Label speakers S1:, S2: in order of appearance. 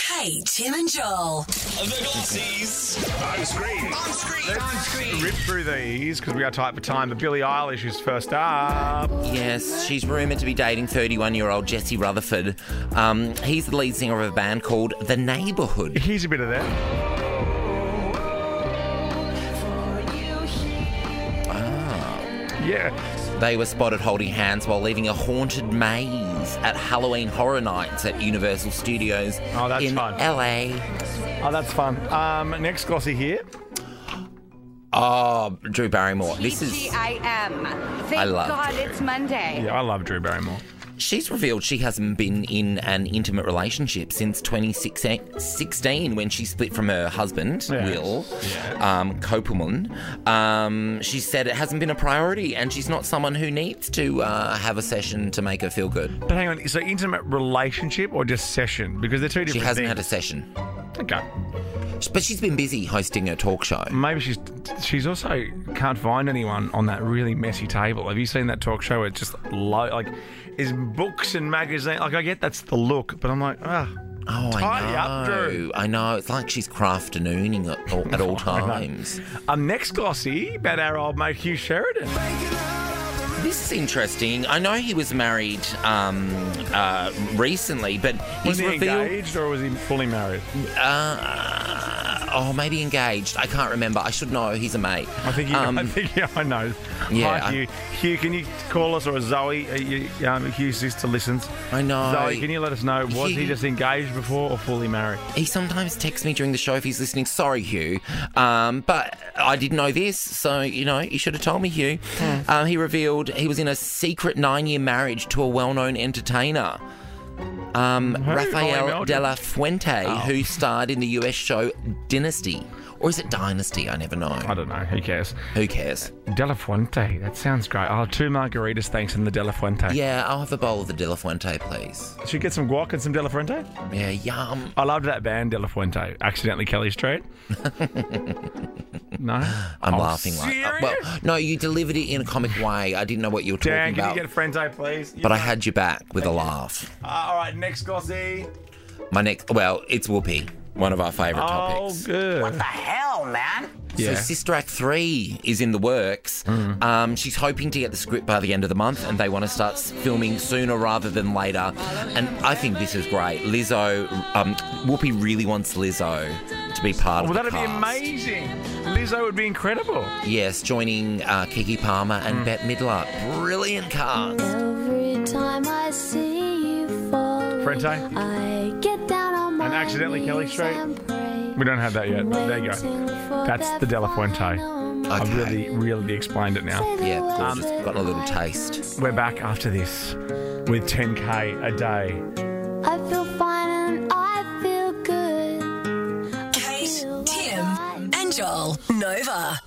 S1: Hey, Tim and Joel.
S2: The Glossies.
S3: On screen. On screen.
S4: Rip through these because we are tight for time. But Billie Eilish is first up.
S5: Yes, she's rumoured to be dating 31 year old Jesse Rutherford. Um, he's the lead singer of a band called The Neighbourhood.
S4: Here's a bit of that. Ah, Yeah.
S5: They were spotted holding hands while leaving a haunted maze at Halloween Horror Nights at Universal Studios
S4: Oh, that's
S5: in
S4: fun.
S5: LA.
S4: Oh, that's fun. Um, next glossy here.
S5: Oh, Drew Barrymore. This is.
S6: G-I-M. Thank
S5: I love
S6: God it's Monday.
S4: Yeah, I love Drew Barrymore.
S5: She's revealed she hasn't been in an intimate relationship since 2016 when she split from her husband,
S4: Yeah.
S5: Will um, Copelman. Um, she said it hasn't been a priority and she's not someone who needs to uh, have a session to make her feel good.
S4: But hang on, so intimate relationship or just session? Because they're two different
S5: She hasn't had a
S4: things.
S5: session.
S4: okay.
S5: But she's been busy hosting a talk show.
S4: Maybe she's she's also can't find anyone on that really messy table. Have you seen that talk show where it's just low like is books and magazines like I get that's the look, but I'm like, ah,
S5: Oh,
S4: tidy
S5: I
S4: up,
S5: know.
S4: Drew.
S5: I know. It's like she's crafternooning at all, at all times.
S4: Um, next glossy about our old mate Hugh Sheridan.
S5: This is interesting. I know he was married um, uh, recently, but
S4: Was
S5: he's
S4: he
S5: revealed.
S4: engaged or was he fully married?
S5: Uh, oh, maybe engaged. I can't remember. I should know. He's a mate. Um,
S4: I think you, I think yeah, I know.
S5: yeah,
S4: Hi,
S5: I-
S4: Hugh. Hugh, can you call us or Zoe? Uh, you, um, Hugh's sister listens.
S5: I know.
S4: Zoe, can you let us know was he
S5: Hugh-
S4: just engaged before or fully married?
S5: He sometimes texts me during the show if he's listening. Sorry, Hugh. Um, but I didn't know this, so, you know, you should have told me, Hugh. Um, he revealed he was in a secret nine year marriage to a well known entertainer. Um,
S4: Ollie
S5: Rafael de la Fuente,
S4: Oh.
S5: who starred in the US show Dynasty. Or is it Dynasty? I never know.
S4: I don't know. Who cares?
S5: Who cares?
S4: De La Fuente. That sounds great. Oh, two margaritas, thanks, and the De La Fuente.
S5: Yeah, I'll have a bowl of the De La Fuente, please.
S4: Should we get some guac and some De La Fuente?
S5: Yeah, yum.
S4: I loved that band, De La Fuente. Accidentally Kelly Street. no?
S5: I'm
S4: Oh,
S5: laughing like uh,
S4: serious?
S5: well, no, you delivered it in a comic way. I didn't know what you were talking
S4: Dan, can
S5: about,
S4: you get Fuente, please?
S5: but I had you back with a laugh.
S4: Uh, all right, next glossy.
S5: My next, well, it's Whoopi, one of our favourite
S4: Oh,
S5: topics.
S4: good.
S2: The hell, man?
S4: Yeah. Mm-hmm.
S5: So Sister Act three is in the works. Um, she's hoping to get the script by the end of the month, and they want to start s- filming sooner rather than later. And I think this is great. Lizzo, um, Whoopi really wants Lizzo to be part
S4: Well,
S5: of
S4: that'd
S5: the
S4: be
S5: cast.
S4: amazing. Lizzo would be incredible.
S5: Yes, joining uh, Kiki Palmer and
S4: Mm.
S5: Bette Midler. Brilliant cast.
S7: Every time I see you fall,
S4: Frente.
S7: I get down on my
S4: And accidentally Kelly
S7: knees
S4: Street.
S7: and pray.
S4: We don't have that yet. There you go.
S7: Waiting for
S4: That's
S7: that
S4: the De La Fuente.
S7: final moment.
S4: I've
S5: Okay.
S4: really, really explained it now.
S7: Say the
S5: Ah, Yeah, cool.
S7: words
S5: Just
S7: that
S5: gotten a little
S7: I
S5: taste.
S7: can say.
S4: We're back after this with 10K a day.
S7: I feel fine and I feel good.
S1: Kate, Tim, and Joel. Nova.